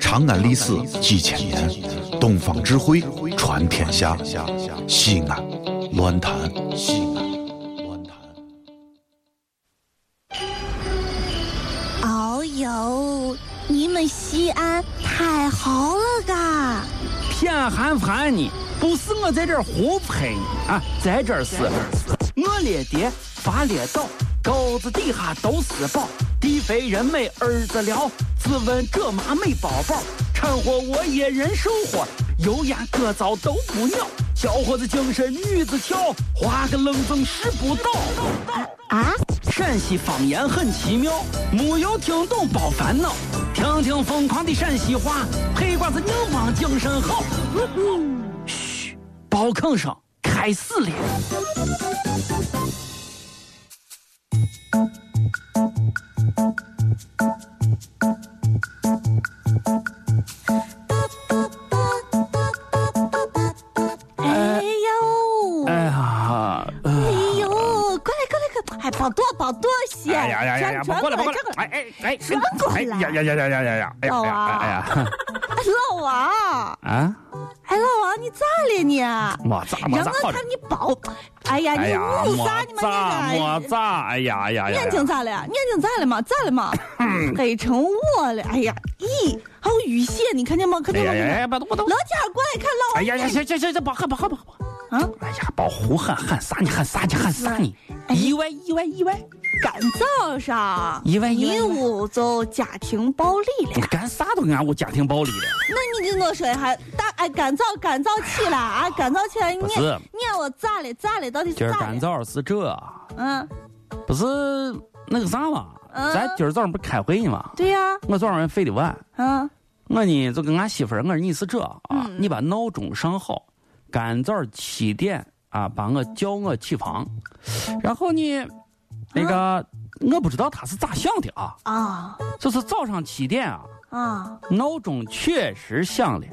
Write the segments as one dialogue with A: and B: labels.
A: 长安历史几千年，东方智慧传天下。西安，乱谈西安，乱
B: 谈。哦呦，你们西安太好了嘎！
C: 偏寒寒你，不是我在这儿胡喷你啊，在这儿是，我列爹发列倒，沟子底下都是宝，地肥人美儿子了，自问这妈没宝宝，掺和我也人生活，油盐各糟都不尿，小伙子精神女子俏，花个愣风拾不到。
B: 啊！
C: 陕西方言很奇妙，没有听懂别烦恼，听听疯狂的陕西话，黑瓜子硬邦精神好。嘘、嗯，包吭声开始了。
B: 哎呦！
C: 哎呀！
B: 哎呦！过来，过来，过来！哎，保多，保多些！
D: 呃哎呀呀呀呀！
B: 转
D: 过来，过来！
B: 哎哎哎！转过来！
D: 呀呀呀呀呀呀呀！
B: 老王！哎呀！老王！
C: 啊！
B: 哎，老王，你咋了你？
D: 没咋没咋。
B: 我看你包，哎呀，你误啥你们那
D: 个？没咋，哎呀呀嗯呀！
B: 眼睛咋了？眼睛咋了嘛？咋了嘛？黑成我了！哎呀，咦，还有淤血，你看见没？看见没？
D: 哎呀，把把
B: 老贾过来看老王。
D: 哎呀呀，行行行行，别喊别喊别喊！啊！哎呀，别胡喊喊啥你喊啥你喊啥你！意外意外意外！
B: 干早上，
D: 意外
B: 你屋就家庭暴力了。
D: 干啥都俺屋家庭暴力了。
B: 那你跟我说一下，大哎干早干早起来啊，干早起来你你我咋了咋了？到底是
D: 今儿干早是这，
B: 嗯，
D: 不是那个啥嘛，咱今儿早上不开会呢嘛？
B: 对呀，
D: 我早上睡得晚，
B: 嗯，
D: 我呢就跟俺媳妇儿，我说你是这啊，你把闹钟上好。干早七点啊，把我叫我起床，然后呢，那个我不知道他是咋想的啊
B: 啊，
D: 就是早上七点啊
B: 啊，
D: 闹钟确实响了，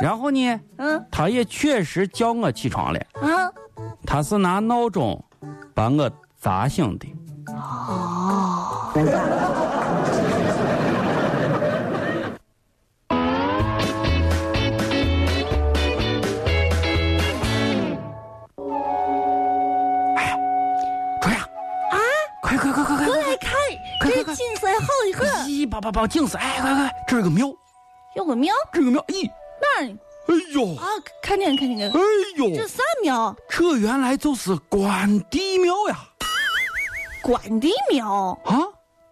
D: 然后呢，
B: 嗯，
D: 他也确实叫我起床了，
B: 嗯，
D: 他是拿闹钟把我砸醒的，
B: 哦。
D: 哎
B: 景色好一个，
D: 咦，把把把景色，哎，快快，这是个庙，
B: 有个庙，
D: 这个庙，咦，
B: 哪儿？
D: 哎呦，
B: 啊，看见看见，
D: 哎呦，
B: 啊这啥庙？
D: 这原来就是关帝庙呀！
B: 关帝庙
D: 啊？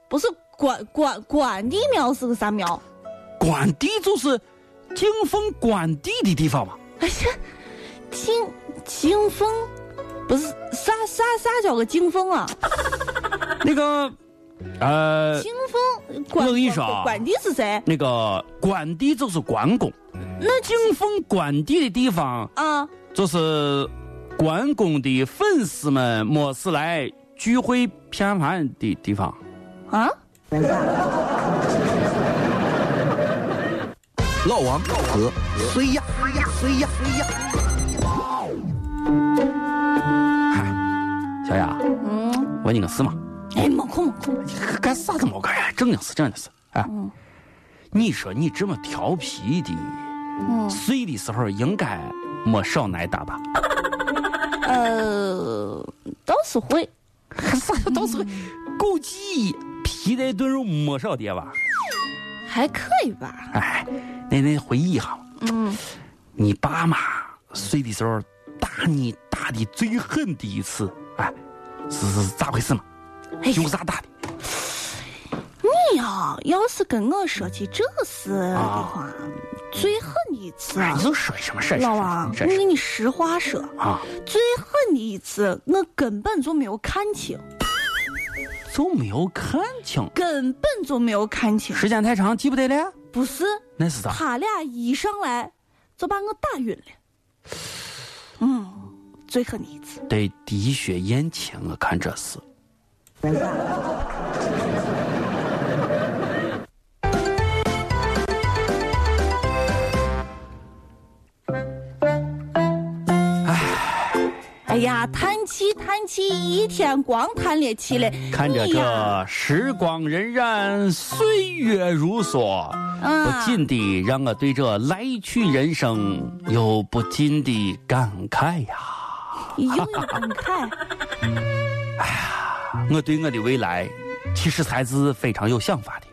B: 不是关关关帝庙是个啥庙？
D: 关帝就是敬奉关帝的地 方嘛。
B: 哎呀，敬敬奉，不是啥啥啥叫个敬奉啊？
D: 那个。呃，
B: 清风管
D: 我跟你说啊，
B: 管地是谁？
D: 那个管地就是关公，
B: 那
D: 清风管地的地方
B: 啊，
D: 就是关公的粉丝们没事来聚会偏盘的地方
B: 啊。
A: 老王和谁呀谁呀谁呀？
D: 嗨，哎小雅，
B: 嗯，
D: 问你个事嘛。
B: 哎，没空没空，
D: 干啥子没干呀？正经事，正经事。哎，
B: 嗯、
D: 你说你这么调皮的，睡、
B: 嗯、
D: 的时候应该没少挨打吧？
B: 呃，倒是会，
D: 啥 叫倒是会？估计皮带炖肉没少跌吧？
B: 还可以吧？
D: 哎，那那回忆哈，
B: 嗯，
D: 你爸妈睡的时候打你打的最狠的一次，哎，是是咋回事嘛？
B: 哎
D: 有啥打的？
B: 你呀，要是跟我说起这事的话，最狠的一次，
D: 哎
B: 啊
D: 你就说什么事？
B: 哎老王，我跟你实话说
D: 啊，
B: 最狠的一次，我根本就没有看清，
D: 就没有看清，
B: 根本就没有看清。
D: 时间太长，记不得了。
B: 不是，
D: 那是啥？
B: 他俩一上来就把我打晕了。嗯，最狠的一次。
D: 得滴血验亲，我看这是。
B: 哎，哎呀，叹气叹气，一天光叹了气了。
D: 哎看着
B: 你哎呀
D: 这时光荏苒，岁月如梭，
B: 啊
D: 不禁地让我对这来去人生有不禁的感慨呀、
B: 你又有感 慨，
D: 我对我的未来，其实还是非常有想法的。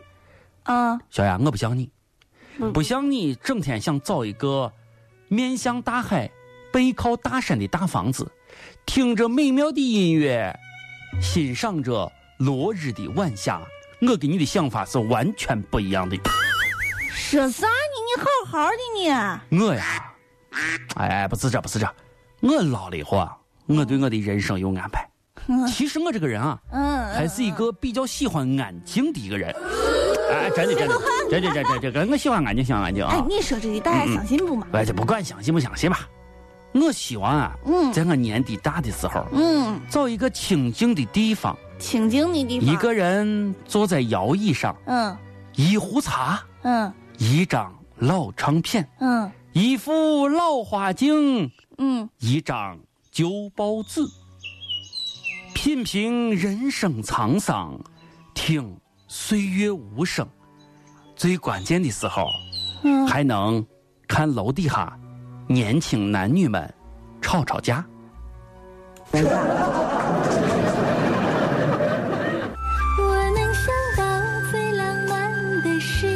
B: 嗯，
D: 小雅，我不像你，
B: 嗯
D: 不像你整天想找一个面向大海、背靠大山的大房子，听着美妙的音乐，欣赏着落日的晚霞。我跟你的想法是完全不一样的。
B: 说啥呢？你好好的呢。
D: 我呀，哎哎，不是这，不是这，我老了以后啊，我对我的人生有安排。其实我这个人啊，
B: 嗯，
D: 还是一个比较喜欢安静的一个人。哎，真的真的真的真的真的，我喜欢安静，喜欢安静啊。
B: 哎，你说这句大家相信不嘛？
D: 哎，就不管相信不相信吧，我希望啊，
B: 嗯
D: 在我年纪大的时候，
B: 嗯，
D: 找一个清静的地方，
B: 清静的地方。
D: 一，个人坐在摇椅上，
B: 嗯
D: 一壶茶，
B: 嗯
D: 一张老唱片，
B: 嗯
D: 一副老花镜，
B: 嗯，
D: 一张旧报纸，品评人生沧桑，听岁月无声。最关键的时候，
B: 嗯
D: 还能看楼底下年轻男女们吵吵架。
E: 我能想到最浪漫的事，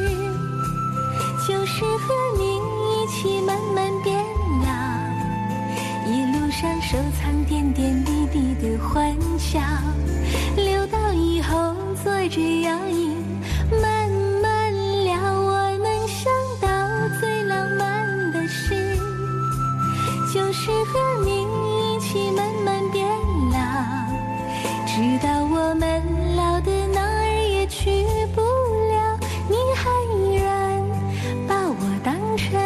E: 就是和你一起慢慢变老，一路上收藏点点滴滴的欢笑，留到以后坐着摇椅慢慢聊。我能想到最浪漫的事，就是和你一起慢慢变老。直到我们老的哪儿也去不了，你还依然把我当成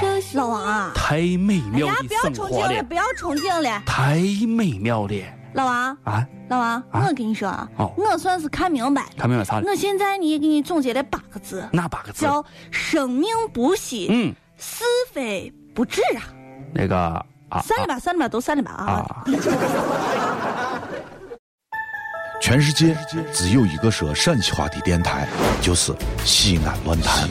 E: 熟悉
B: 老王啊，
D: 太美
B: 哎
D: 妙
B: 呀，不
D: 的
B: 要
D: 生
B: 憧
D: 活
B: 憬了，
D: 了，
B: 不要憧憬了，
D: 太美妙了
B: 老王。
D: 啊！
B: 老王，
D: 啊
B: 我跟你说啊
D: 哦，
B: 我算是看明白了。
D: 看明白啥了？
B: 我现在呢，给你总结了八个字，
D: 那八个字，
B: 叫“生命不息，
D: 嗯，
B: 是非不止”啊。
D: 那个啊啊
B: 散了吧，散了吧，都散了吧啊！
D: 啊，
A: 全世界只有一个说陕西话的电台，就是西安乱坛。